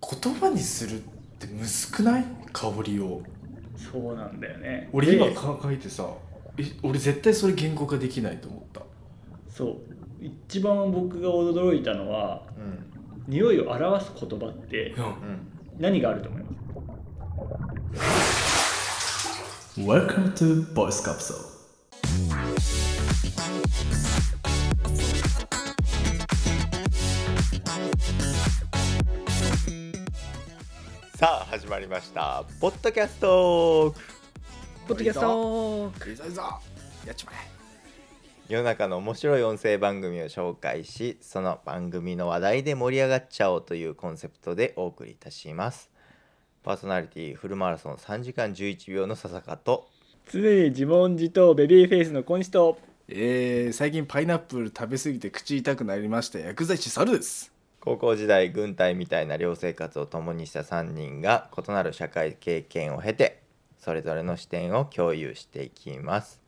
言葉にするってむずくない香りをそうなんだよね俺今で考えてさえ俺絶対それ言語化できないと思ったそう一番僕が驚いたのはうん匂いを表す言葉ってうん何があると思います Welcome to Voice Capsule. さあ始まりましたポッドキャストポッドキャストいざいざやっちまえ世の中の面白い音声番組を紹介しその番組の話題で盛り上がっちゃおうというコンセプトでお送りいたしますパーソナリティフルマラソン3時間11秒の笹香と常に自問自答ベビーフェイスの小西とえー、最近パイナップル食べ過ぎて口痛くなりました薬剤師猿です高校時代軍隊みたいな寮生活を共にした3人が異なる社会経験を経てそれぞれの視点を共有していきます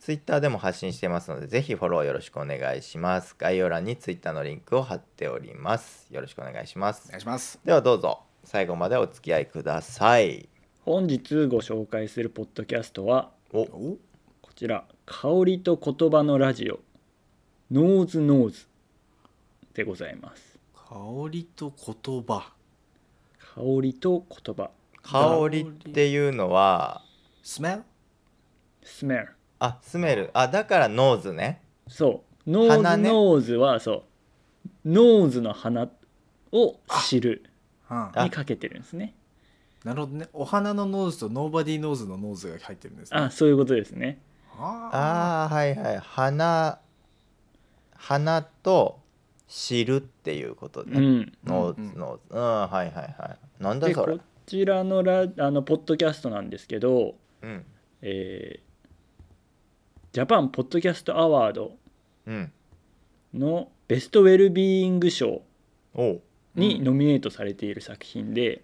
ツイッターでも発信してますのでぜひフォローよろしくお願いします概要欄にツイッターのリンクを貼っておりますよろしくお願いしますお願いしますではどうぞ最後までお付き合いください本日ご紹介するポッドキャストはおおこちら「香りと言葉のラジオノーズノーズ」でございます香りと言葉香りと言葉香りっていうのは smell smell あスメルあだからノーズねそうノー鼻ズねノーズはそうノーズの花を知るうんあにかけてるんですねなるほどねお花のノーズとノーバディノーズのノーズが入ってるんですねあそういうことですねああーはいはい花花と知るっていうことうね、んノーうんうんズノーズうんはいはいはいなんだでそれこちらのラあのポッドキャストなんですけどうんえージャパンポッドキャストアワードうんのベストウェルビーイング賞おうにノミネートされている作品で、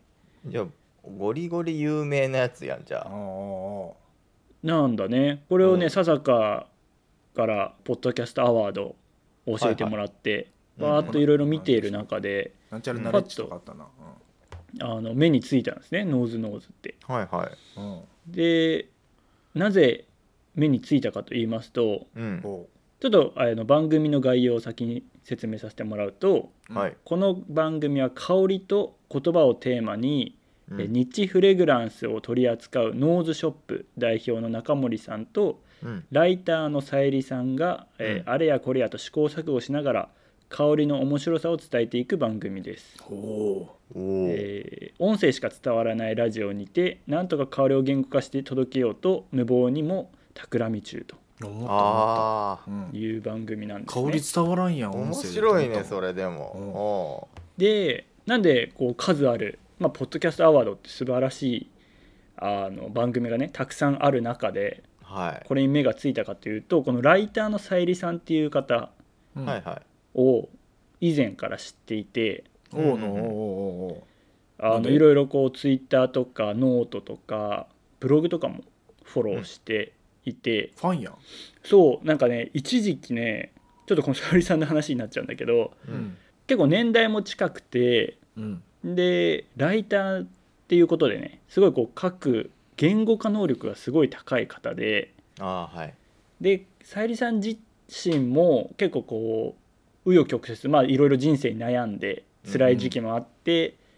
じゃあゴリゴリ有名なやつやんじゃああーなんだねこれをうねん笹香からポッドキャストアワードを教えてもらって、はいはいバーっといろいろ見ている中で、なんちゃらナレッジとかあったなあの目についたんですねノーズノーズって。はいはいうん、うん、でなぜ目についたかと言いますとうんおうちょっとあの番組の概要を先に説明させてもらうとはい、この番組は香りと言葉をテーマにうんえニッチフレグランスを取り扱うノーズショップ代表の中森さんとうんライターのさゆりさんが、えーうんあれやこれやと試行錯誤しながら香りの面白さを伝えていく番組です、おおおお、えー音声しか伝わらないラジオにてなんとか香りを言語化して届けようと無謀にも企み中ー思った思っあた、うんという番組なんです、香ね、り伝わらんやんあ音面声で白いねそれれでも、うんおうでなんでこう数ある、まあ、ポッドキャストアワードって素晴らしいあの番組がねたくさんある中ではい、これに目がついたかというとこのライターのさゆりさんっていう方うんはいはいを以前から知っていておうおうおうおうおうなあんのでいろいろこうツイッターとかノートとかブログとかもフォローしていて、ファンやんそうなんかね一時期ねちょっとこのさゆりさんの話になっちゃうんだけどうん結構年代も近くてうんでライターっていうことでねすごいこう書く言語化能力がすごい高い方でああはいでさゆりさん自身も結構こう紆余曲折まあいろいろ人生に悩んで辛い時期もあって、えー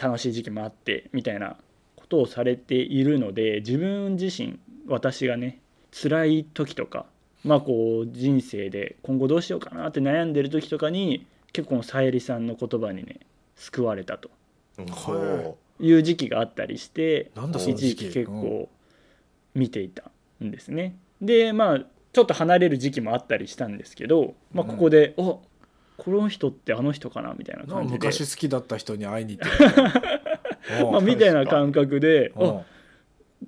楽しい時期もあってみたいなことをされているので自分自身私がね辛い時とかまあこう人生で今後どうしようかなって悩んでる時とかに結構このさゆりさんの言葉にね救われたとおはーいう時期があったりしてなんだその一時時期期結構見ていたんですね。でまあちょっと離れる時期もあったりしたんですけど、まあ、ここで「おこの人ってあの人かな」みたいななんか感じで、昔好きだった人に会いに行ってるみたいなまあ、おうみたいな感覚で「おあ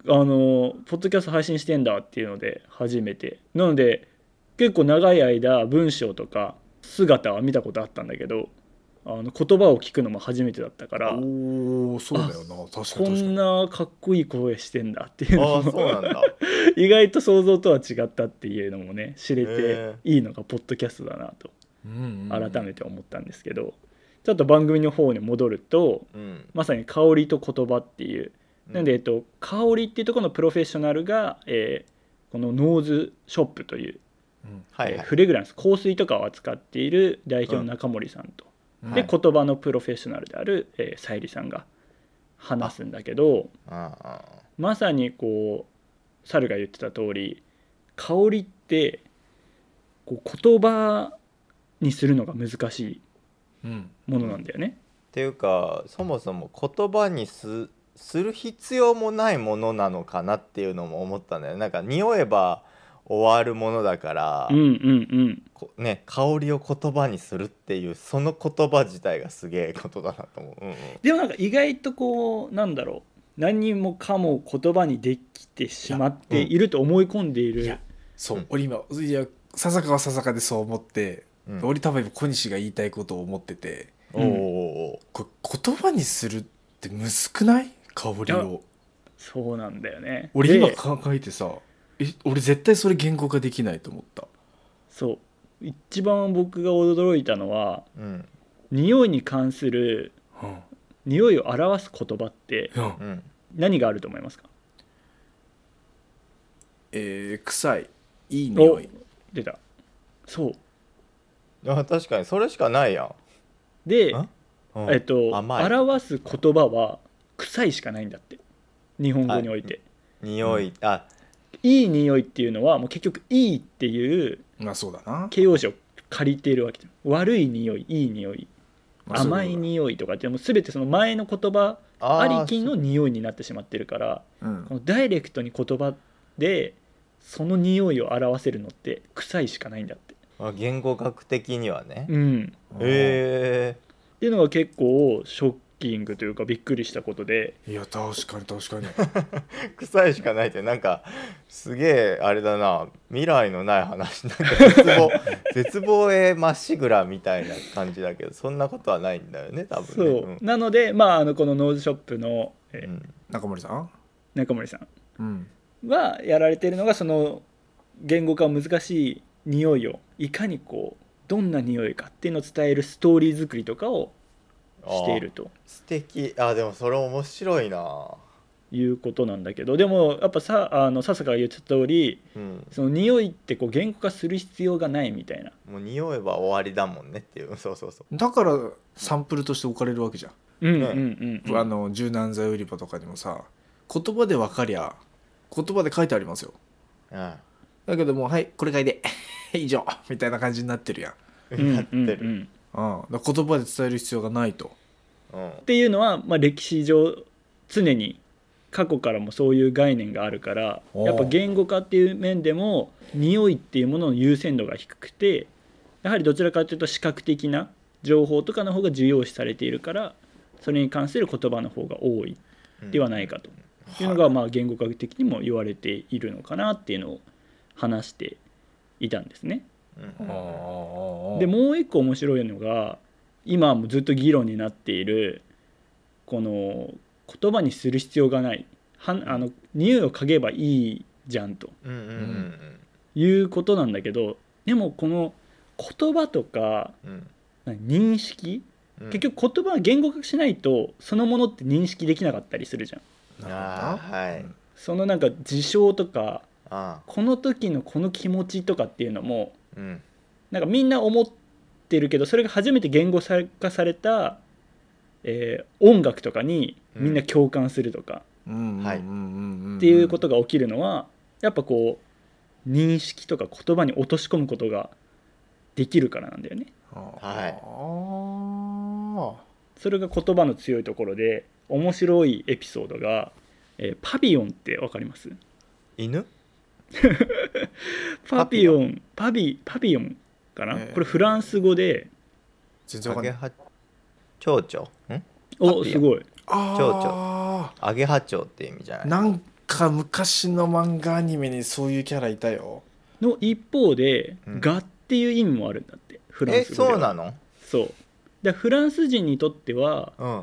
うあのポッドキャスト配信してんだ」っていうので初めてなので結構長い間文章とか姿は見たことあったんだけどあの言葉を聞くのも初めてだったからおーそうだよな確かに確こかんになかっこいい声してんだっていうのあもあそうなんだ意外と想像とは違ったっていうのもね知れへていいのがポッドキャストだなとうんうんうん改めて思ったんですけど、ちょっと番組の方に戻るとうんまさに香りと言葉っていう なんで、えっと、香りっていうところのプロフェッショナルが、えーこのノーズショップという、はいえーはいフレグランス香水とかを扱っている代表の中森さんと、うんではい言葉のプロフェッショナルである、えー、さゆりさんが話すんだけどあああまさにこう猿が言ってた通り香りってこう言葉にするのが難しいうんものなんだよね。っていうかそもそも言葉にすする必要もないものなのかなっていうのも思ったんだよなんか匂えば終わるものだから、うんうんうん、こね、香りを言葉にするっていうその言葉自体がすげえことだなと思う、うんうんでもなんか意外とこうなんだろう何もかも言葉にできてしまっていると思い込んでいいるやそう、うん俺今いや笹川笹川でそう思って、うん俺多分今小西が言いたいことを思ってておーおこれ言葉にするってむずくない香りいをそうなんだよね俺今で考えてさえ俺絶対それ言語化できないと思ったそう一番僕が驚いたのはーおーうん匂いに関するうん匂いを表す言葉ってうんうん何があると思いますかえー、臭いいい匂い出たそういや確かにそれしかないやん、でんうんえっと甘い表す言葉は臭いしかないんだって日本語において、匂い、あい、い匂いっていうのはもう結局いいっていうまあそうだな形容詞を借りているわけじゃん悪い匂いいい匂いまあそうだ甘い匂いとかってもう全てその前の言葉ああーりきの匂いになってしまってるからうんこのダイレクトに言葉でその匂いを表せるのって臭いしかないんだって。あ言語学的にはね、うん、っえていうのが結構ショッキングというかびっくりしたことでいや確かに確かに ー、 臭いしかないってなんかすげえあれだな未来のない話なんか絶望 絶望へまっしぐらみたいな感じだけどそんなことはないんだよね多そ分ねう、なので、まあ、あのこのノーズショップの、えうーんうん中森さん中森さんうんはやられてるのがその言語化難しい匂いをいかにこうどんな匂いかっていうのを伝えるストーリー作りとかをしていると素敵あでもそれ面白いないうことなんだけどでもやっぱさあの笹香が言ってた通りうんその匂いってこう言語化する必要がないみたいなもう匂えば終わりだもんねっていう そうそうそうだからサンプルとして置かれるわけじゃん、うんうんねうんうんあの柔軟剤売り場とかにもさ言葉で分かりゃ言葉で書いてありますようんだけどもうはいこれ買いで 以上みたいな感じになってるやん、うんやってうんうるんっうん、だから言葉で伝える必要がないとうんていうのは、まあ、歴史上常に過去からもそういう概念があるからおーやっぱ言語化っていう面でも匂いっていうものの優先度が低くてやはりどちらかというと視覚的な情報とかの方が重要視されているからそれに関する言葉の方が多いではないかというのがまあ言語学的にも言われているのかなっていうのを話していたんですね。うんででもう一個面白いのが今もずっと議論になっているこの言葉にする必要がないはんあの匂いを嗅げばいいじゃんとうんうんいうことなんだけどでもこの言葉とかうんうん何認識うん結局言葉は言語化しないとそのものって認識できなかったりするじゃん。あーはいうんそのなんか事象とかあこの時のこの気持ちとかっていうのもーうんなんかみんな思ってるけどそれが初めて言語化された、えー音楽とかにみんな共感するとかうんはいっっていうことが起きるのはやっぱこう認識とか言葉に落とし込むことができるからなんだよね。はいあそれが言葉の強いところで面白いエピソードが、えーパビオンってわかります犬パビオンパビパビオンかな、えーこれフランス語で全然アわかんゲないハ蝶々んおパビオンすごいあアゲハ蝶って意味じゃあないなんか昔の漫画アニメにそういうキャラいたよの一方で「うんが」っていう意味もあるんだってフラえンス語でそうはなのそうでフランス人にとってはうん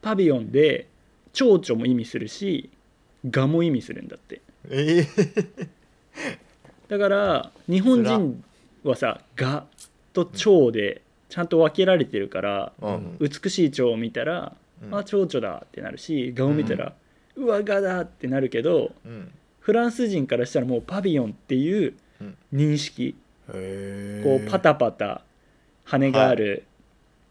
パビヨンで蝶々も意味するし「が」も意味するんだってえーだから日本人はさ「が」と「蝶」でちゃんと分けられてるからうん美しい蝶を見たら、うんあ蝶々だってなるし蛾を見たら、うわ蛾だってなるけどうんフランス人からしたらもうパビヨンっていううん認識、へこうパタパタ羽がある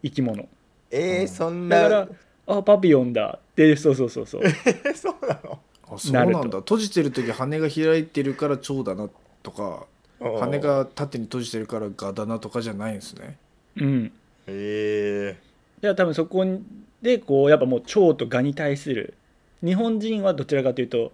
生き物、えー、そんだなからあパビヨンだってそうそうそうそう えそうなのあそうななんるだと閉じてる時羽が開いてるから蝶だなとかうん羽が縦に閉じてるからガだなとかじゃないんですねうんえでは多分そこでこうやっぱもう蝶と蛾に対する日本人はどちらかというと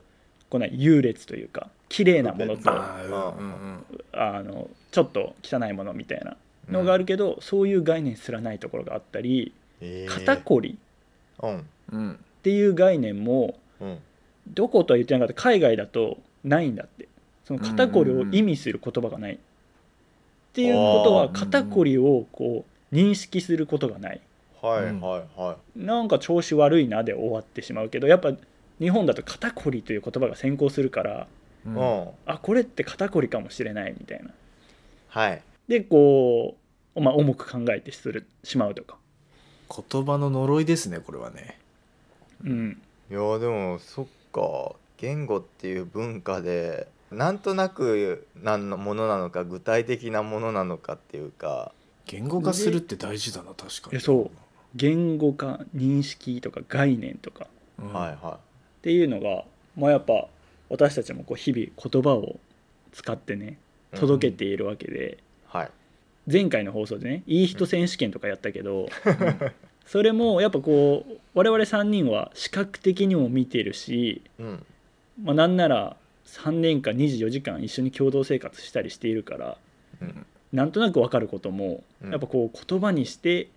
こうね優劣というか綺麗なものとあーうんうんんあのちょっと汚いものみたいなのがあるけど、そういう概念すらないところがあったりーえー、肩こりうんうんっていう概念もうんどことは言ってなかった海外だとないんだってその肩こりを意味する言葉がない、っていうことあはー肩こりをこう認識することがないはいはういんはなんか調子悪いなで終わってしまうけどやっぱ日本だと肩こりという言葉が先行するからうい、うんんあこれって肩こりかもしれないみたいなはいでこう、まあ、重く考えてするしまうとか、言葉の呪いですねこれはねうん、いやーでもそっか言語っていう文化でなんとなく何のものなのか具体的なものなのかっていうか言語化するって大事だな確かいやにそう言語化認識とか概念とかっうん、はいはていうのが、まあ、やっぱ私たちもこう日々言葉を使ってねい届けているわけで、うんはい前回の放送でねいい人選手権とかやったけ ど、それもやっぱこう我々3人は視覚的にも見てるし、うんまあなんなら3年間24時間一緒に共同生活したりしているから、うんなんとなく分かることも、うんやっぱこう言葉にして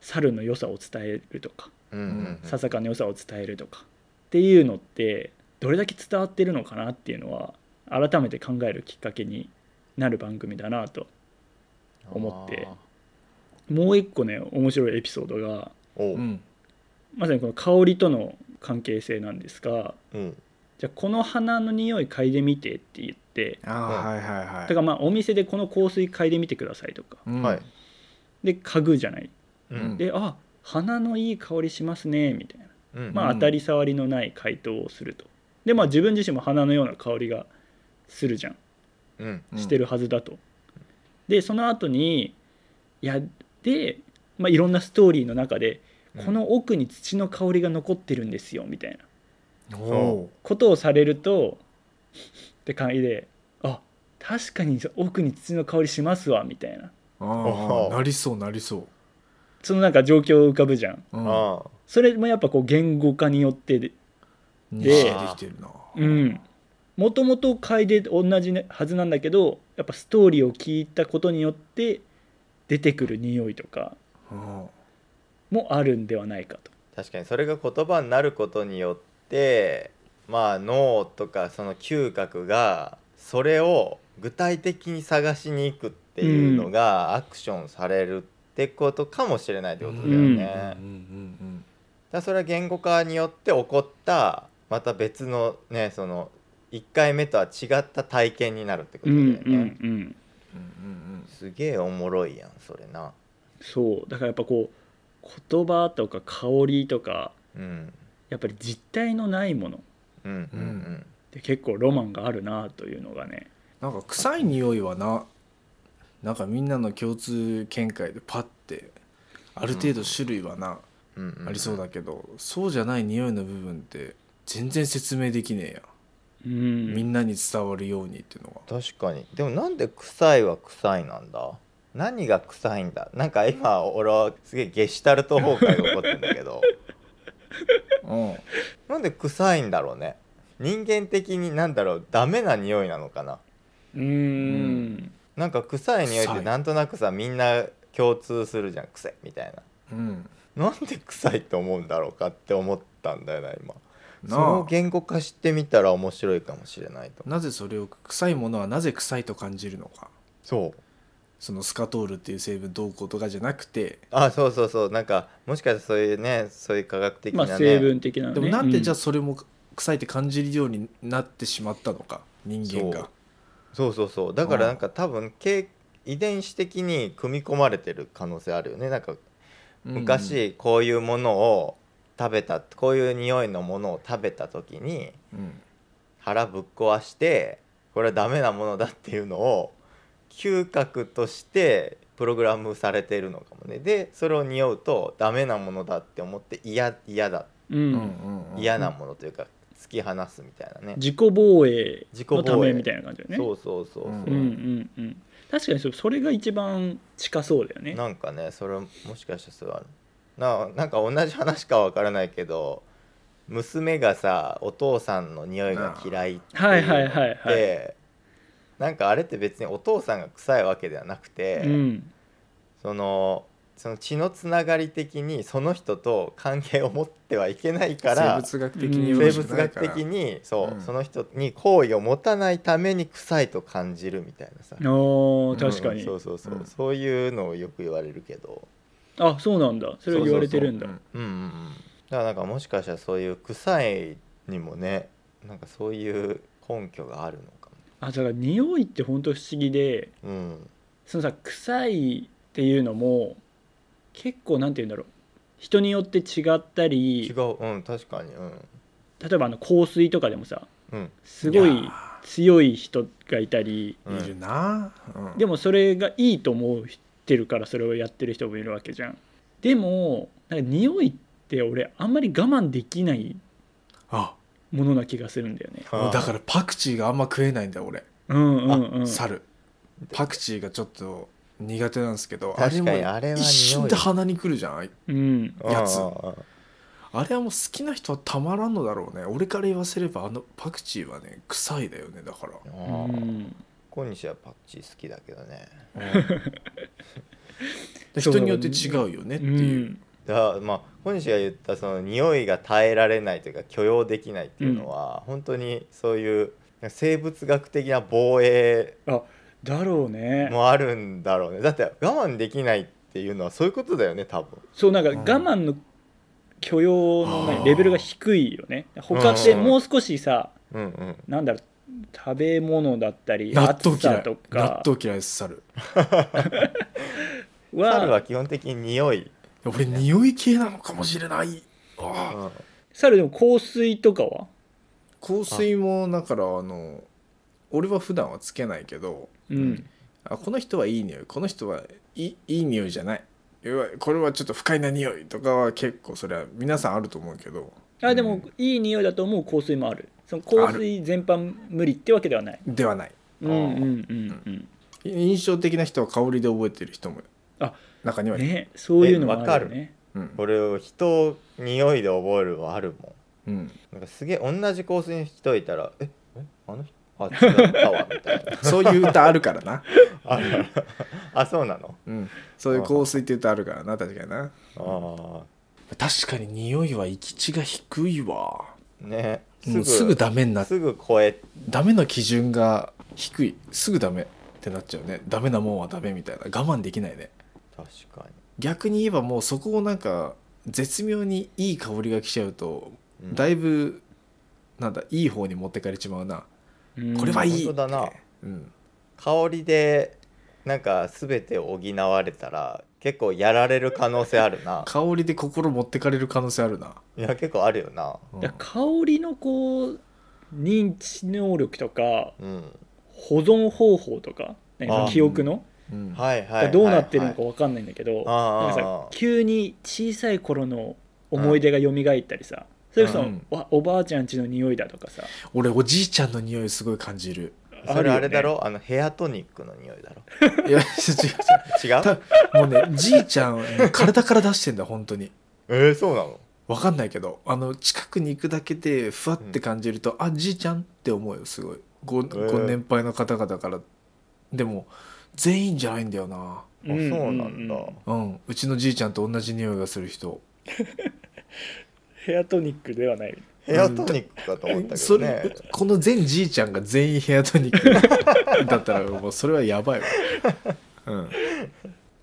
猿の良さを伝えるとかうんうんささかの良さを伝えるとかっていうのってどれだけ伝わってるのかなっていうのは改めて考えるきっかけになる番組だなと思ってあもう一個ね面白いエピソードがーおううん、まさにこの香りとの関係性なんですがうんじゃあこの花の匂い嗅いでみてって言ってああ、はいはいはいだからまあお店でこの香水嗅いでみてくださいとかうんはいで嗅ぐじゃないうんであ花のいい香りしますねみたいな、うんまあ、当たり障りのない回答をするとでまあ自分自身も花のような香りがするじゃんうんうんしてるはずだと、でその後にいやで、まあ、いろんなストーリーの中で、うんこの奥に土の香りが残ってるんですよみたいなおことをされるとって感じであ確かに奥に土の香りしますわみたいなおああなりそうなりそそのなんか状況浮かぶじゃんう、うん、ああそれもやっぱこう言語化によってで認識できてるなうんもともと嗅いで同じねはずなんだけどやっぱストーリーを聞いたことによって出てくる匂いとかうんもあるんではないかと確かにそれが言葉になることによってまあ脳とかその嗅覚がそれを具体的に探しに行くっていうのがアクションされるってことかもしれないってことだよね。うんだうんかうんらそれは言語化によって起こったまた別のねその1回目とは違った体験になるってことだよね。うんうんうんうんうんすげえおもろいやんそれな。そうだからやっぱこう言葉とか香りとかうんやっぱり実体のないものっうんうんうんて結構ロマンがあるなというのがねなんか臭い匂いはななんかみんなの共通見解でパッてある程度種類はな、うんうんありそうだけどそうじゃない匂いの部分って全然説明できねえや、うんみんなに伝わるようにっていうのが確かにでもなんで臭いは臭いなんだ何が臭いんだなんか今俺はすげえゲシュタルト崩壊が起こってんだけどうんなんで臭いんだろうね人間的になんだろうダメな匂いなのかなうーんなんか臭い匂いっ臭ていなんとなくさみんな共通するじゃん臭いみたいうんななんで臭いと思うんだろうかって思ったんだよな今それをなあ言語化してみたら面白いかもしれないとなぜそれを臭いものはなぜ臭いと感じるのかそうそのスカトールっていう成分どうこうとかじゃなくてあそうそうそうなんかもしかしたらそういうねそういう科学的まなあね、成分的なねでもなんでじゃあうんそれも臭いって感じるようになってしまったのか人間そがうそうそうそうだからなんか多分経遺伝子的に組み込まれてる可能性あるよねなんかうん昔こういうものを食べたこういう匂いのものを食べた時にうん腹ぶっ壊してこれはダメなものだっていうのを嗅覚としてプログラムされているのかもねでそれを匂うとダメなものだって思って嫌嫌だううんんうんうん嫌なものというか突き放すみたいなね、自己防衛自己防衛のためみたいな感じだよねそうそうそうそうう、んうんうんうん確かにそそれが一番近そうだよねなんかねそれもしかしたらそれはあるななんか同じ話かわからないけど娘がさお父さんの匂いが嫌いっていうのはいはいはいっはいてなんかあれって別にお父さんが臭いわけではなくて、うんそのその血のつながり的にその人と関係を持ってはいけないから生物学的にうよん生ろし物くない学から的にそう、うんその人に好意を持たないために臭いと感じるみたいなさ、ああ確かにうんそうそうそう、うんそういうのをよく言われるけどあそうなんだそれは言われてるんだうんうんうんうんだからなんかもしかしたらそういう臭いにもねなんかそういう根拠があるのかあだから匂いって本当不思議でもうんそのさ臭いっていうのも結構なんて言うんだろう人によって違った違りううん確かにうん例えばあの香水とかでもさうんすごやい強い人がいたりうんいるな、うんでもそれがいいと思ってるからそれをやってる人もいるわけじゃんでもなんか匂いって俺あんまり我慢できないあものな気がするんだよねもうだからパクチーがあんま食えないんだ俺、うんうんうんあ猿パクチーがちょっと苦手なんですけどあれ確かにもあれは一瞬匂いで鼻にくるじゃんあいうんやつうんうんうんあれはもう好きな人はたまらんのだろうね俺から言わせればあのパクチーはね臭いだよねだからあうーん小西はパクチー好きだけどね で人によって違うよねっていう、だまあ小西が言ったその匂いが耐えられないというか許容できないっていうのは、本当にそういう生物学的な防衛あだろうねもあるんだろうねだって我慢できないっていうのはそういうことだよね多分そうなんかうん我慢の許容のねあーレベルが低いよね他ってうんもう少しさうんうんなんだろう食べ物だったり納豆暑嫌さいと納か豆嫌いです猿猿はは基本的に匂い、俺匂い系なのかもしれないうんああ猿でも香水とかは香水もだからあの俺は普段はつけないけどうんあこの人はいい匂いこの人はいいいい匂いじゃないうわこれはちょっと不快な匂いとかは結構それは皆さんあると思うけどあでもいい匂いだと思う香水もあるその香水全般無理ってわけではないではないうんうんうんうん印象的な人は香りで覚えてる人もあ中にはいる、ねそういうのもあるよえねうん俺を人を匂いで覚えるはあるもんうん、なんかすげえ同じ香水の人いたら「ええあの人あ違ったわ」みたい なそういう歌あるからな、あるあるあそうなのうん、そういう香水って歌あるからな確かになあ確かに匂いは行き地が低いわあねもうすぐダメになすぐ超えダメの基準が低いすぐダメってなっちゃうねダメなもんはダメみたいな我慢できないね確か逆に言えばもうそこをなんか絶妙にいい香りが来ちゃうとに、うんだいぶなんだいい方に持ってかれちまうな、うんこれはいい本当だなうん、香りでなんか全てを補われたら結構やられる可能性あるな香りで心持ってかれる可能性あるな、いや結構あるよなうんだから香りのこう認知能力とかうん保存方法とかなんかあー記憶のうんはいはいがどうなってるのかはい分かんないんだけどあなんかーさ急に小さい頃の思い出が蘇ったりさそれこそうんわおばあちゃん家の匂いだとかさ俺おじいちゃんの匂いすごい感じるはいそれあるよねあれだろあのヘアトニックの匂いだろいや違う違う違うたもうねじいちゃん体から出してんだ本当にえー、そうなのわかんないけどあの近くに行くだけでふわって感じると、あじいちゃんって思うよすごいごーご年配の方々からでも全員じゃないんだよなあそうなんだ、うんうんうんうんうちのじいちゃんと同じ匂いがする人ヘアトニックではないヘアトニックかと思ったけそどれねこの全じいちゃんが全員ヘアトニ ックだったらもうそれはやばいわ、うん、い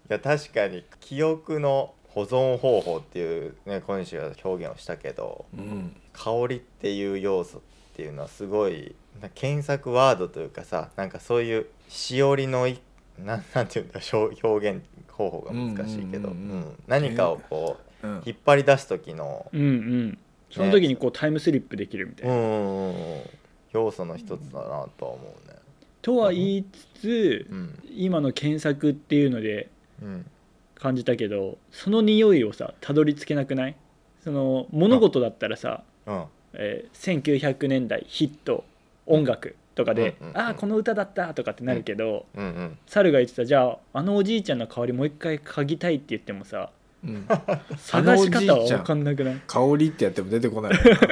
や確かに記憶の保存方法っていうね今週は表現をしたけどうん香りっていう要素っていうのはすごいな検索ワードというかさなんかそういうしおりのいなんなんていうんだ表表現方法が難しいけど、うんうんうんうんうん何かをこううん引っ張り出す時のうんうんその時にこうタイムスリップできるみたいうんな、うんうんうん要素の一つだなとは思うね。とは言いつつ、うん今の検索っていうのでうん感じたけどその匂いをさたどり着けなくないその物事だったらさ、うんえー1900年代ヒット音楽とかで「うんうんうんああこの歌だった」とかってなるけど、うんうん猿が言ってたじゃああのおじいちゃんの代わりもう一回嗅ぎたいって言ってもさうん探し方あのおはじいちゃん分かんなくない香りってやっても出て こない確か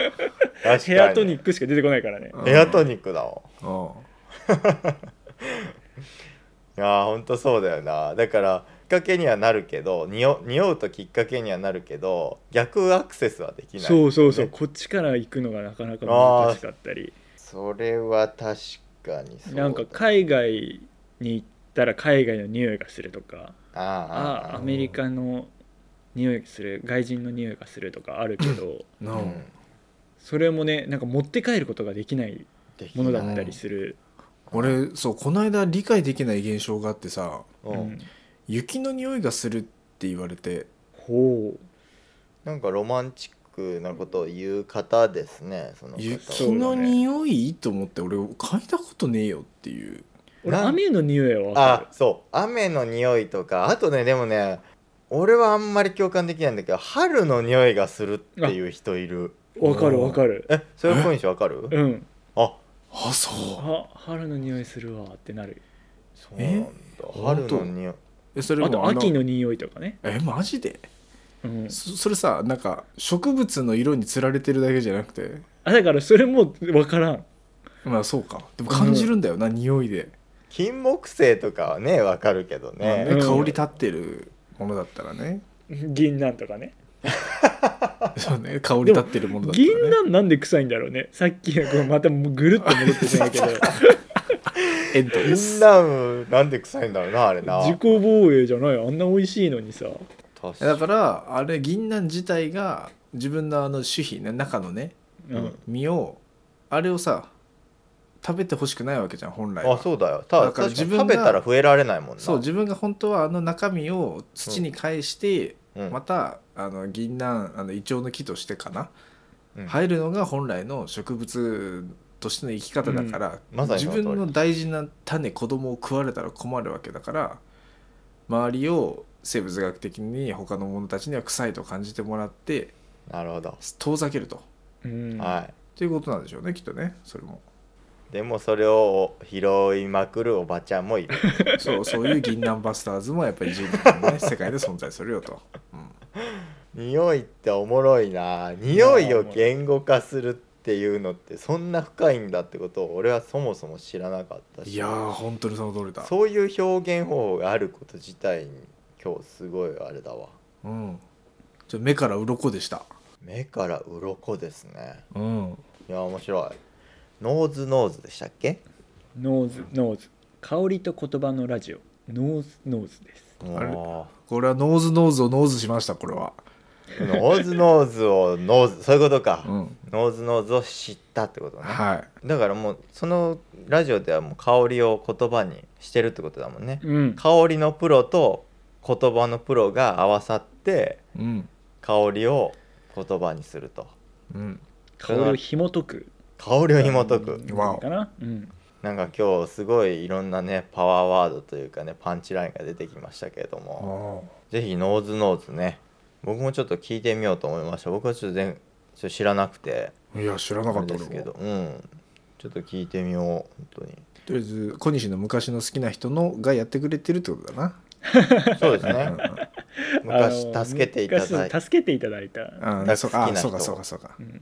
にヘアトニックしか出てこないからねうんヘアトニックだわもんいやーほんとそうだよなだからきっかけにはなるけどにお匂うときっかけにはなるけど逆アクセスはできない、そうそうそう、ねこっちから行くのがなかなかあー難しかったりそれは確かにそうだなんか海外に行ったら海外の匂いがするとかあああーアメリカの匂いがする外人の匂いがするとかあるけどうんうなんあそれもねなんか持って帰ることができないできなもいのだったりする、俺そうこの間理解できない現象があってさうんうん雪の匂いがするって言われてほうなんかロマンチックなことを言う方ですねその方雪の匂いと思って俺嗅いだことねえよっていう俺なん雨の匂いは分あかそう雨の匂いとかあとねでもね俺はあんまり共感できないんだけど春の匂いがするっていう人いるる分かる分かるえそういう小西わかるうんああそうあ春の匂いするわってなるそうなんだえ春の匂いえそれあともあの秋の匂いとかね、えマジでうん、そそれさなんか植物の色につられてるだけじゃなくてあだからそれも分からんまあそうかでも感じるんだよな、匂いで、金木犀とかはねわかるけどまあね、ね香り立ってるものだったら ね銀杏とかねそうね香り立ってるものだったら、ね、銀杏なんで臭いんだろうねさっきのこれまたもうぐるっと戻ってしまうけどエンドレみんスななんで臭いんだろうなあれな自己防衛じゃないあんな美味しいのにさ確かだからあれ銀杏自体が自分のあの種皮ね中のねうん実をあれをさ食べてほしくないわけじゃん本来はあそうだよただだから確か自に分食がべたら増えられないもんなそう自分が本当はあの中身を土に返して、うんまたあの銀杏あのイチョウの木としてかな、うん入るのが本来の植物としての生き方だから、うんまさにそ自の通り分の大事な種子供を食われたら困るわけだから周りを生物学的に他の者たちには臭いと感じてもらってなるほど、遠ざけると。うんはいっていうことなんでしょうねきっとねそれ もでもそれを拾いまくるおばちゃんもいるそうそういう銀杏バスターズもやっぱり人類 の、ね、世界で存在するよと、うん匂いっておもろいな匂いを言語化するっていうのってそんな深いんだってことを俺はそもそも知らなかったしいやー本当にその通りだそういう表現方法があること自体に今日すごいあれだわうん、ちょ目から鱗でした。目から鱗ですねうん、いや面白いノーズノーズでしたっけノーズノーズ香りと言葉のラジオノーズノーズですれもこれはノーズノーズをノーズしましたこれは。うノーズノーズをノーズそういうことか、うん、ノーズノーズを知ったってことねはい。だからもうそのラジオではもう香りを言葉にしてるってことだもんね、うん香りのプロと言葉のプロが合わさってうん、香りを言葉にするとうん、香りを紐解く香りを紐解く、うんわおかなうんなんか今日すごいいろんなねパワーワードというかねパンチラインが出てきましたけれども、あぜひノーズノーズね僕もちょっと聞いてみようと思いました僕はちょっと全ちょっと知らなくてあ、いや知らなかあれった俺ですもけどうんちょっと聞いてみよう本当にとりあえず小西の昔の好きな人のがやってくれてるってことだな。そうですう ねんうん昔あの助けていただいて昔助けていただいた、あだ ー、そう好かきあなそ人うかそうかそうかう。ん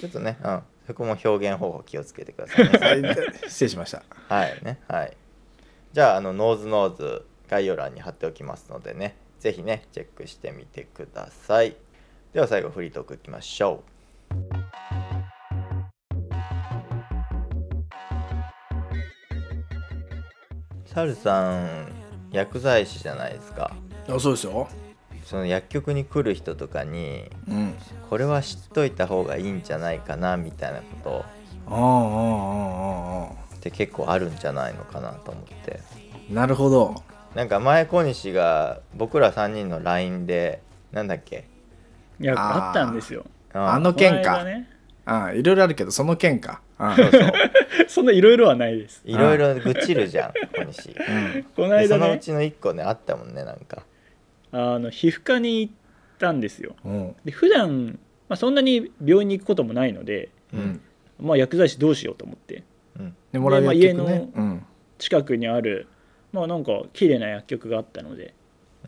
ちょっとね、うん、そこも表現方法気をつけてくださいね はい失礼しました。はいねはいじゃああのノーズノーズ概要欄に貼っておきますのでねぜひねチェックしてみてくださいでは最後フリートークいきましょうサルさん薬剤師じゃないですかあそうですよ。その薬局に来る人とかにうん。これは知っといた方がいいんじゃないかなみたいなことああああああああ。って結構あるんじゃないのかなと思ってなるほどなんか前小西が僕ら3人の LINE でなんだっけいやあーあったんですよあのこ間喧嘩、ね、 ああいろいろあるけどその件かああそうそうそんないろいろはないですいろいろ愚痴るじゃん小西うんこのでそ間のうねちの1個ねあったもんねなんかあの皮膚科に行ったんですようんで普段、まあ、そんなに病院に行くこともないので、うんまあ、薬剤師どうしようと思ってうんでもらうでまあ薬局ね、家うん近くにあるまあなんか綺麗な薬局があったので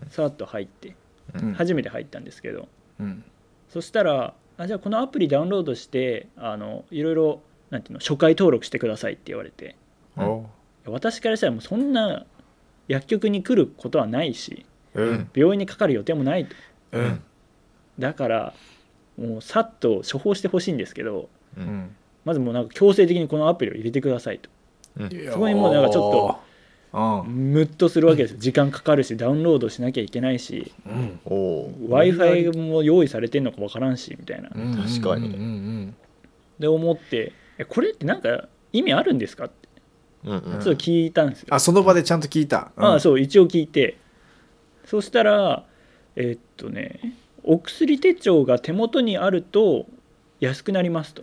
さーっと入ってうん初めて入ったんですけどうんそしたらあじゃあこのアプリダウンロードしてあのいろいろなんていうの初回登録してくださいって言われてお私からしたらもうそんな薬局に来ることはないしうん病院にかかる予定もないとうんだからもうさっと処方してほしいんですけどううんんまずもうなんか強制的にこのアプリを入れてくださいとそこにもうなんかちょっとムッとするわけですよ時間かかるしダウンロードしなきゃいけないしうんおおー w i f i も用意されてんのかわからんしみたいなうん確かにうんうんで思ってえこれってなんか意味あるんですかってうんうんちょっと聞いたんですよあその場でちゃんと聞いたああうそう一応聞いてそしたらえーっとねお薬手帳が手元にあると安くなりますと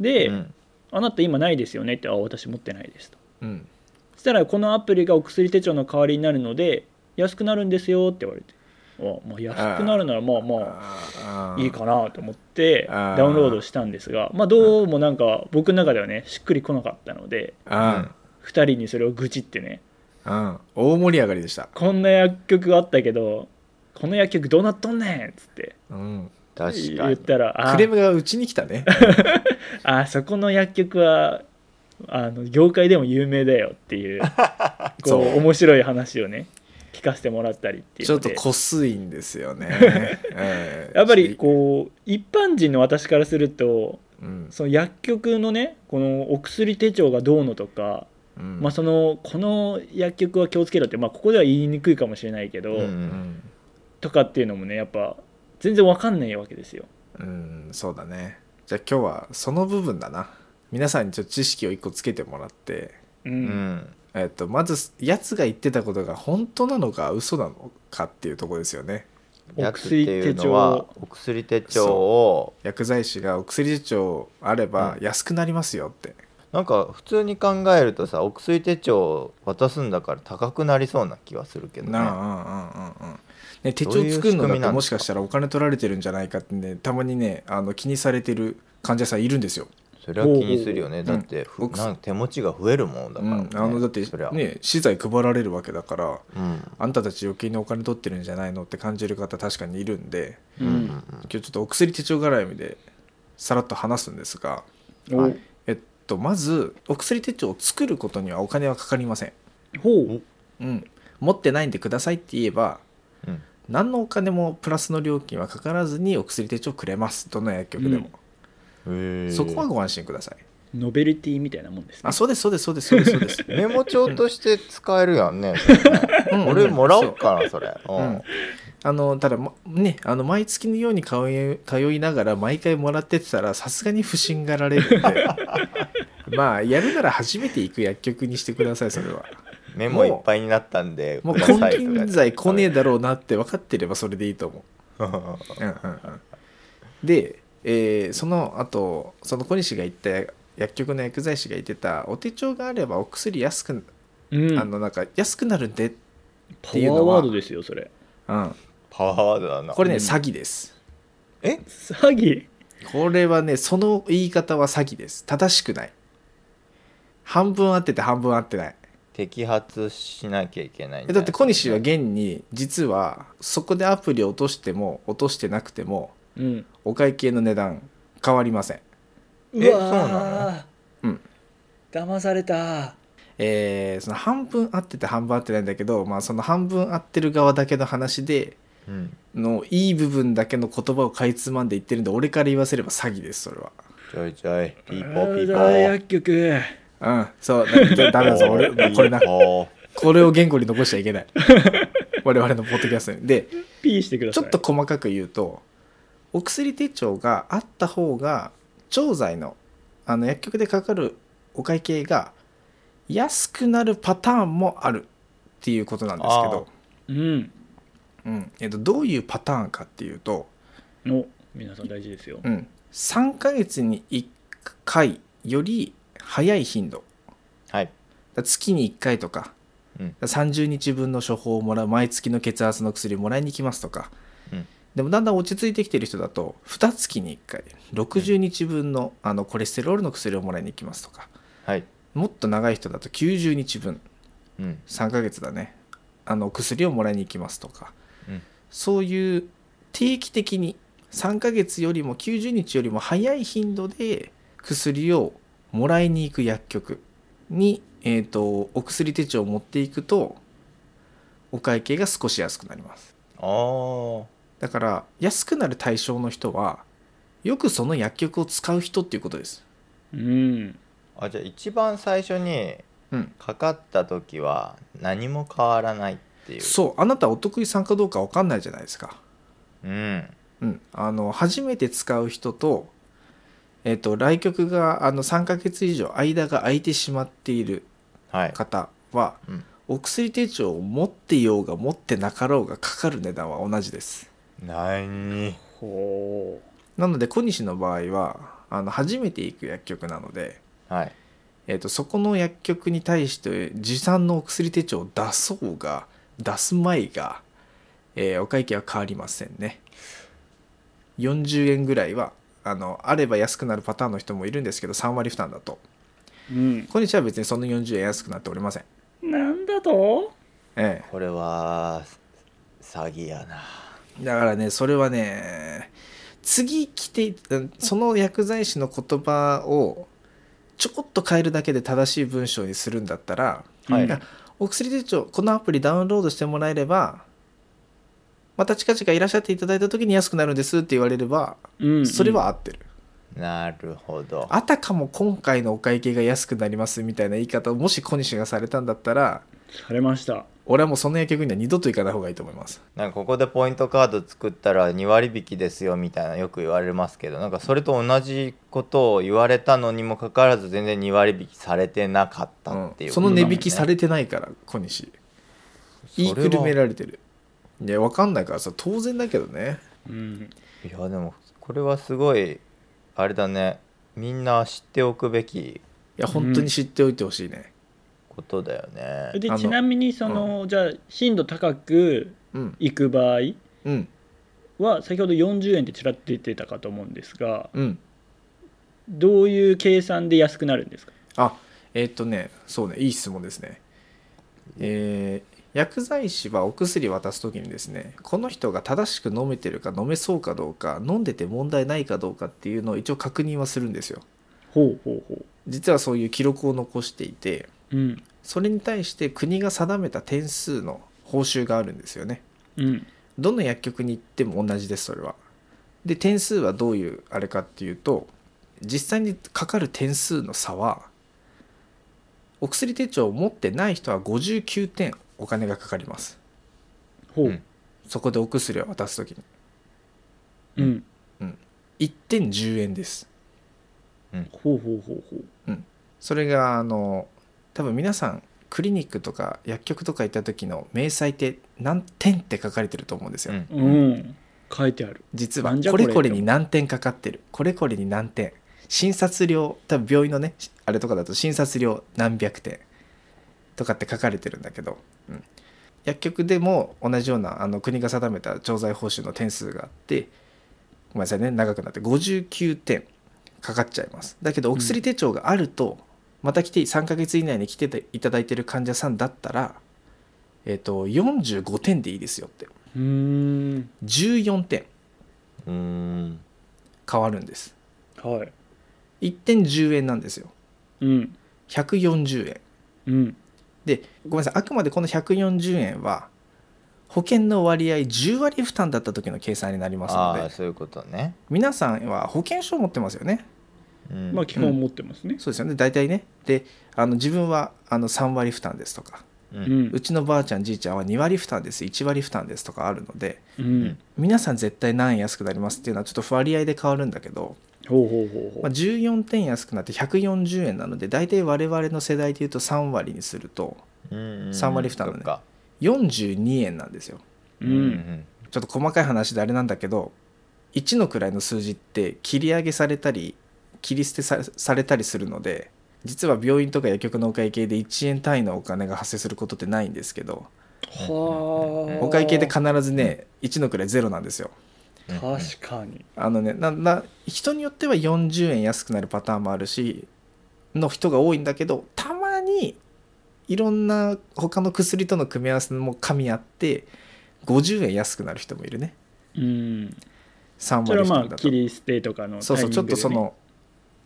で、うんあなた今ないですよねってあ私持ってないですとうんそしたらこのアプリがお薬手帳の代わりになるので安くなるんですよって言われてあ、まあ、安くなるならまあまあああいいかなと思ってあーダウンロードしたんですがまあどうもなんか僕の中ではねしっくりこなかったのでうん2人にそれを愚痴ってねうん大盛り上がりでしたこんな薬局があったけどこの薬局どうなっとんねんっつってうん確言かっにたらあクレームがうちに来た ねあそこの薬局はあの業界でも有名だよって いうこそうう面白い話をね聞かせてもらったりっていうちょのっとでこすいんですよねええ やっぱりこう一般人の私からするとうんその薬局のねこのお薬手帳がどうのとか、うんまあ、そのこの薬局は気をつけろって、まあ、ここでは言いにくいかもしれないけど、うんううんんとかっていうのもねやっぱ全然わかんないわけですよ。うんそうだねじゃあ今日はその部分だな皆さんにちょっと知識を一個つけてもらって、ううんんえっと、まずやつが言ってたことが本当なのか嘘なのかっていうところですよねおやつって薬い手うのは帳お薬手帳を薬剤師がお薬手帳あればう安くなりますよって、なんか普通に考えるとさお薬手帳渡すんだから高くなりそうな気はするけどなねあうんうんうんうんね、手どう帳いう作るのだ仕組みってなんですかもしかしたらお金取られてるんじゃないかってねたまにねあの気にされてる患者さんいるんですよ、それは気にするよねんだってふお薬なんか手持ちが増えるもんだうからねん、あのだってそりゃね資材配られるわけだからうんあんたたち余計にお金取ってるんじゃないのって感じる方確かにいるんでうんうんうん今日ちょっとお薬手帳絡みでさらっと話すんですが、おはいえっと、まずお薬手帳を作ることにはお金はかかりません、ほううん、持ってないんでくださいって言えばうん何のお金もプラスの料金はかからずにお薬手帳くれますどの薬局でも、へえそこはご安心くださいノベルティみたいなもんですねあそうですそうですそうですそうですそう です、メモ帳として使えるやんねうん俺もらおそうかなそれううんんあのただ、ま、ねあの毎月のように通い通いながら毎回もらってたらさすがに不審がられるんでまあやるなら初めて行く薬局にしてくださいそれはメモいっぱいになったんでもうくださ金いとか銀剤来ねえ だろうなって分かってればそれでいいと思ううんうんうんで、えーその後その小西が言った薬局の薬剤師が言ってたお手帳があればお薬安く、うん、あのなんか安くなるんで、パワーワードですよそれうん、パワーワードだなこれねうん詐欺ですえ詐欺これはねその言い方は詐欺です正しくない半分合ってて半分合ってない摘発しなきゃいけないんえじゃだなっいて小西は現に実はそこでアプリを落としても落としてなくてもうんお会計の値段変わりませんえうわーそうなうん騙されたえーその半分合ってて半分合ってないんだけど、まあ、その半分合ってる側だけの話でうんのいい部分だけの言葉をかいつまんで言ってるんで俺から言わせれば詐欺ですそれはちょいちょいピーポーピーポ大ー薬局うんそうだだめだぞ俺これなおーこれを言語に残しちゃいけない我々のポッドキャストにでピーしてくだちさょいっと細かく言うとお薬手帳があった方が調剤のあの薬局でかかるお会計が安くなるパターンもあるっていうことなんですけど、うんうんえっと、どういうパターンかっていうと、の皆さん大事ですようん、3ヶ月に1回より早い頻度はいだから月に1回とか、うんだから30日分の処方をもらう毎月の血圧の薬をもらいに行きますとか、うんでもだんだん落ち着いてきてる人だと2月に1回60日分の,、あのコレステロールの薬をもらいに行きますとかはいもっと長い人だと90日分うん3ヶ月だねあの薬をもらいに行きますとか、うんそういう定期的に3ヶ月よりも90日よりも早い頻度で薬をもらいに行く薬局に、えー、とお薬手帳を持っていくとお会計が少し安くなりますあーだから安くなる対象の人はよくその薬局を使う人っていうことですうんあじゃあ一番最初にうんかかった時は何も変わらないっていうそうあなたお得意さんかどうか分かんないじゃないですかうんうん、あの初めて使う人と,、えっと来局があの3ヶ月以上間が空いてしまっているはい方は、うんお薬手帳を持っていようが持ってなかろうがかかる値段は同じです何ほなので小西の場合はあの初めて行く薬局なので、はいえっとそこの薬局に対して持参のお薬手帳を出そうが出す前が、えーお会計は変わりませんね40円ぐらいはあのあれば安くなるパターンの人もいるんですけど3割負担だとううん今日は別にその40円安くなっておりませんなんだとえこれは詐欺やなえだからねそれはね次来てうんその薬剤師の言葉をちょこっと変えるだけで正しい文章にするんだったらはいあお薬手帳このアプリダウンロードしてもらえればまた近々いらっしゃっていただいた時に安くなるんですって言われればうんそれは合ってる、なるほどあたかも今回のお会計が安くなりますみたいな言い方をもし小西がされたんだったらされました俺はもうその薬局には二度と行かない方がいいと思いますなんかここでポイントカード作ったら2割引きですよみたいなよく言われますけどなんかそれと同じことを言われたのにもかかわらず全然2割引きされてなかったっていう、その値引きされれてないから小西言いそれくはるめられてるいやわかんないからさ当然だけどねうんいやでもこれはすごいあれだねみんな知っておくべきいや本当に知っておいてほしいねことだよね、であのちなみにその、じゃあ頻度高くうん行く場合うんは先ほど40円ってちらっと出てたかと思うんですがうんどういう計算で安くなるんですかあえーっ、とねそうねいい質問ですねえー薬剤師はお薬渡す時にですねこの人が正しく飲めてるか飲めそうかどうか飲んでて問題ないかどうかっていうのを一応確認はするんですよほうほうほ実はそういう記録を残していてううんそれに対して国が定めた点数の報酬があるんですよねうんどの薬局に行っても同じですそれはで点数はどういうあれかっていうと実際にかかる点数の差はお薬手帳を持ってない人は59点お金がかかりますほう、うんそこでお薬を渡す時にうん、 1点10円ですほうほうほうほうそれがあの多分皆さんクリニックとか薬局とか行った時の明細って何点って書かれてると思うんですよ、うんうん書いてある実はなんじゃここれれこれに何点かかってるこれこれに何点診察料多分病院のねしあれとかだと診察料何百点とかって書かれてるんだけど、うん、薬局でも同じようなあの国が定めた調剤報酬の点数があってごめんなさいね長くなって59点かかっちゃいますだけどお薬手帳があると、また来て3ヶ月以内に来てていただいてる患者さんだったらえっ、と45点でいいですよってうーん14点うーん変わるんですはい1点10円なんですようん140円うんでごめんなさいあくまでこの140円は保険の割合10割負担だった時の計算になりますああのーでそういうことね、皆さんは保険証を持ってますよねうんまあ基本持ってますねそうですよね大体ねであの自分はあの3割負担ですとか、ううんうんちのばあちゃんじいちゃんは2割負担です1割負担ですとかあるのでうん皆さん絶対何円安くなりますっていうのはちょっと割合で変わるんだけどほうほうほうほまあ、う14点安くなって140円なので大体我々の世代でいうと3割にすると3 3割負担だねか42円なんですよううんんちょっと細かい話であれなんだけど1の位の数字って切り上げされたり切り捨てさされたりするので実は病院とか薬局のお会計で1円単位のお金が発生することってないんですけどはあお会計で必ずね1の位ゼロなんですようん確かにあのねなんだ人によっては40円安くなるパターンもあるしの人が多いんだけどたまにいろんな他の薬との組み合わせも噛み合って50円安くなる人もいるねうん3割それは負ま担あだ切とり捨てとかのそうそうちタょイっミングでとねその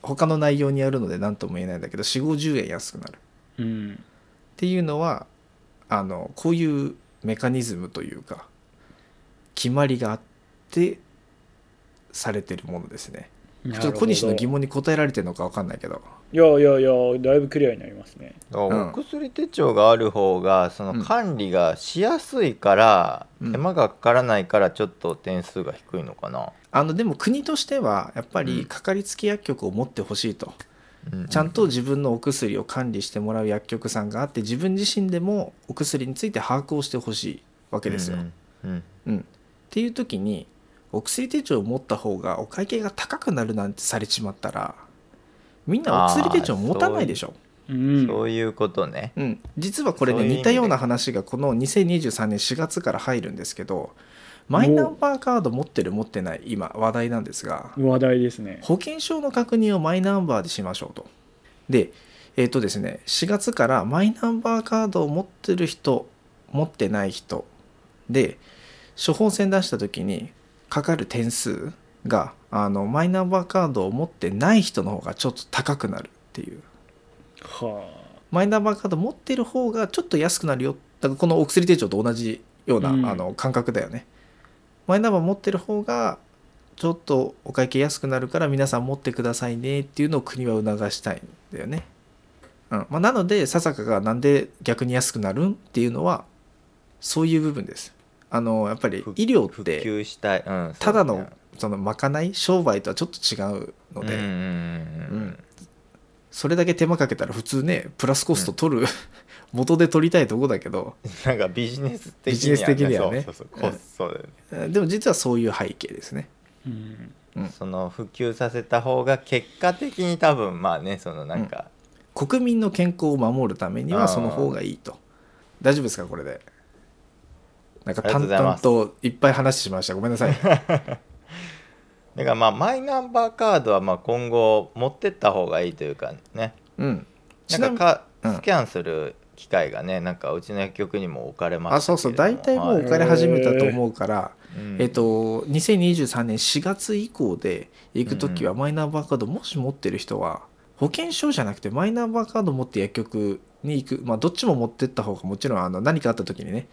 他の内容にやるので何とも言えないんだけど4 5 0円安くなるっうんていうのはあのこういうメカニズムというか決まりがあってされてるものですねちちょっと小西の疑問問に答えられてるのか分かんないけどいやいやいやだいぶクリアになりますねだからうんお薬手帳がある方がそうんの管理がしやすいから、うん手間がかからないからちょっと点数が低いのかな、あのでも国としてはやっぱうりんかかりつけ薬局を持ってほしいと、うちゃんと自分のお薬を管理してもらう薬局さんがあって自分自身でもお薬について把握をしてほしいわけですよ、うんうんうん、っていう時にお薬手帳を持った方がお会計が高くなるなんてされちまったらみんなお薬手帳持たないでしょ。ううんんそういうことねうん、実はこれそうねいう意味で似たような話がこの2023年4月から入るんですけどマイナンバーカード持ってる持ってない今話題なんですが話題ですね保険証の確認をマイナンバーでしましょうと。で、えっ、とですね、4月からマイナンバーカードを持ってる人、持ってない人で、処方箋出した時にかかる点数が、あの、マイナンバーカードを持ってない人の方がちょっと高くなるっていう。はあマイナンバーカード持ってる方がちょっと安くなるよ。だからこのお薬手帳と同じような、うんあの感覚だよね。マイナンバー持ってる方がちょっとお会計安くなるから皆さん持ってくださいねっていうのを国は促したいんだよね。うんまあ、なので笹香がなんで逆に安くなるんっていうのはそういう部分です。あのやっぱりふ医療普って及したい、うん、ただそうのねそのまかない商売とはちょっと違うので、うんうんううんんそれだけ手間かけたら普通ねプラスコスト取る、 元で取りたいとこだけどなんかビジネス的にはねビジネス的にはねそうそうそうこうんそうだよねえーでも実はそういう背景ですねうんうんその普及させた方が結果的に多分まあねそのなんか、国民の健康を守るためにあーはその方がいいと大丈夫ですかこれでなんかあり淡がとうございま々すといっぱい話してしまいましたごめんなさいだからまあマイナンバーカードはまあ今後持ってった方がいいというかねうんちな なみにんかうかんスキャンする機械がねなんかうちの薬局にも置かれまあすそうそう大体もう置かれ始めたと思うから、えっ、と2023年4月以降で行く時はマイナンバーカードもし持ってる人は保険証じゃなくてマイナンバーカード持って薬局に行くまあどっちも持ってった方がもちろんあの何かあった時にね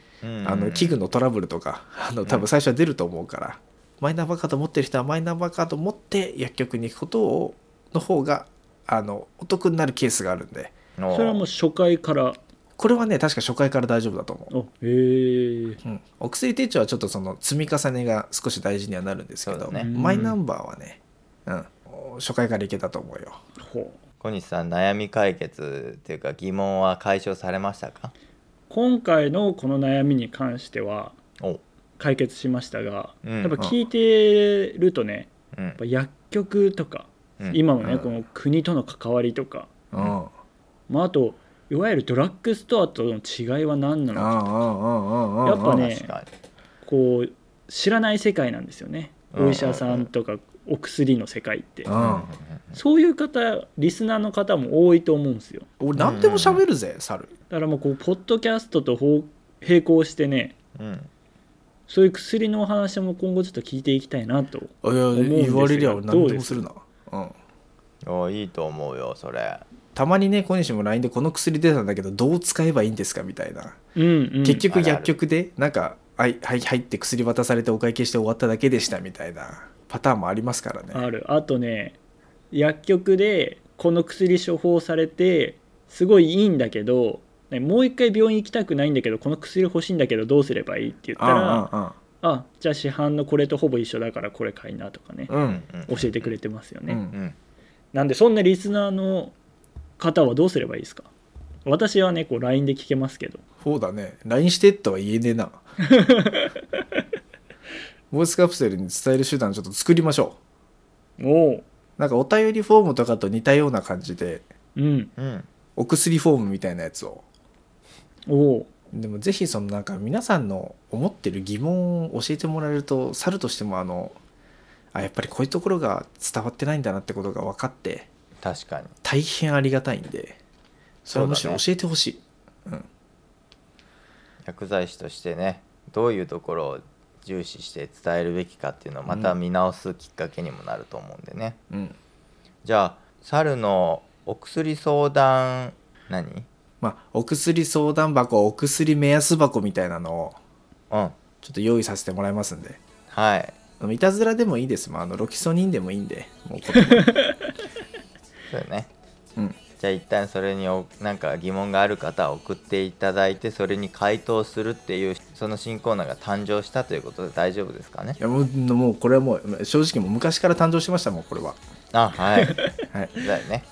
あの器具ののトラブルとか あの多分最初は出ると思うから、マイナンバーカード持ってる人はマイナンバーカード持って薬局に行くことをの方があのお得になるケースがあるんでそれはもう初回からこれはね確か初回から大丈夫だと思おう、へえうん、お薬手帳はちょっとその積み重ねが少し大事にはなるんですけそど、うだねマイナンバーはね、うん、初回からいけたと思うよほう小西さん悩み解決っていうか疑問は解消されましたか今回のこの悩みに関してはお解決しましたが、うんやっぱ聞いてるとねうんやっぱ薬局とか、うん今もね、うんこの国との関わりとか、うん、ああまあ、あといわゆるドラッグストアとの違いは何なああのかああああやっぱね確かこう知らない世界なんですよねうんお医者さんとかお薬の世界ってうに、うんんそういう方リスナーの方も多いと思うんですよ俺何でも喋るぜ猿だからもうこうポッドキャストとほう並行してねうんうんそういう薬のお話も今後ちょっと聞いていきたいなといやうんですが言われりゃ俺何でもするなうんおいいと思うよそれたまにね小西も LINE でこの薬出たんだけどどう使えばいいんですかみたいな、うんうん結局あるある薬局でなんか「はいはいはい」って薬渡されてお会計して終わっただけでしたみたいなパターンもありますからねあるあとね薬局でこの薬処方されてすごいいいんだけどねもう一回病院行きたくないんだけどこの薬欲しいんだけどどうすればいいって言ったらあああじゃあ市販のこれとほぼ一緒だからこれ買いなとかね、うん教えてくれてますよね、うんうんなんでそんなリスナーの方はどうすればいいですか私はねこう LINE で聞けますけどそうだね LINE してとは言えねえなボイスカプセルに伝える手段ちょっと作りましょおおうなんかお便りフォームとかと似たような感じでうんうんお薬フォームみたいなやつをおおでもぜひそのなんか皆さんの思ってる疑問を教えてもらえると猿としてもあのあやっぱりこういうところが伝わってないんだなってことが分かって確かに大変ありがたいんでそれはむしろ教えてほしい薬剤師としてねどういうところを重視して伝えるべきかっていうのをまた見直すきっかけにもなると思うんでね、う、ん、じゃあ猿のお薬相談何まあお薬相談箱お薬目安箱みたいなのをうんちょっと用意させてもらいますんではいあのいたずらでもいいですまああのロキソニンでもいいんでもう言 葉そうよねうんじゃあ一旦それにおなんか疑問がある方は送っていただいてそれに回答するっていうその新コーナーが誕生したということで大丈夫ですかねいやもうもうこれはもう正直もう昔から誕生してましたもんこれは、あはい はい、だよね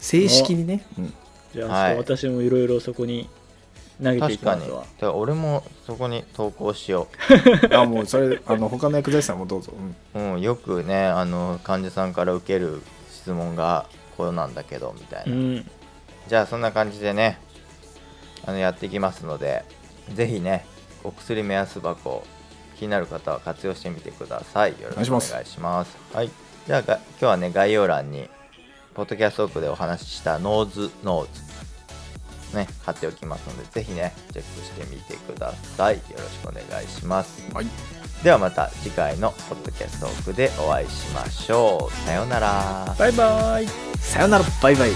正式にね、うん、じゃあ、はい私もいろいろそこに投げてい確きかまにすわで俺もそこに投稿しよあもうそれあの他の薬剤師さんもどうぞ、うんう、うん、よくねあの患者さんから受ける質問がこうなんだけどみたいうな、んじゃあそんな感じでねあのやっていきますのでぜひねお薬目安箱気になる方は活用してみてくださいよろしくお願いしますはい、じゃあが今日はね概要欄にポッドキャストオークでお話ししたノーズノーズね貼っておきますのでぜひねチェックしてみてくださいよろしくお願いしますはいではまた次回のポッドキャストオークでお会いしましょうさようならバイバイさよならバイバイ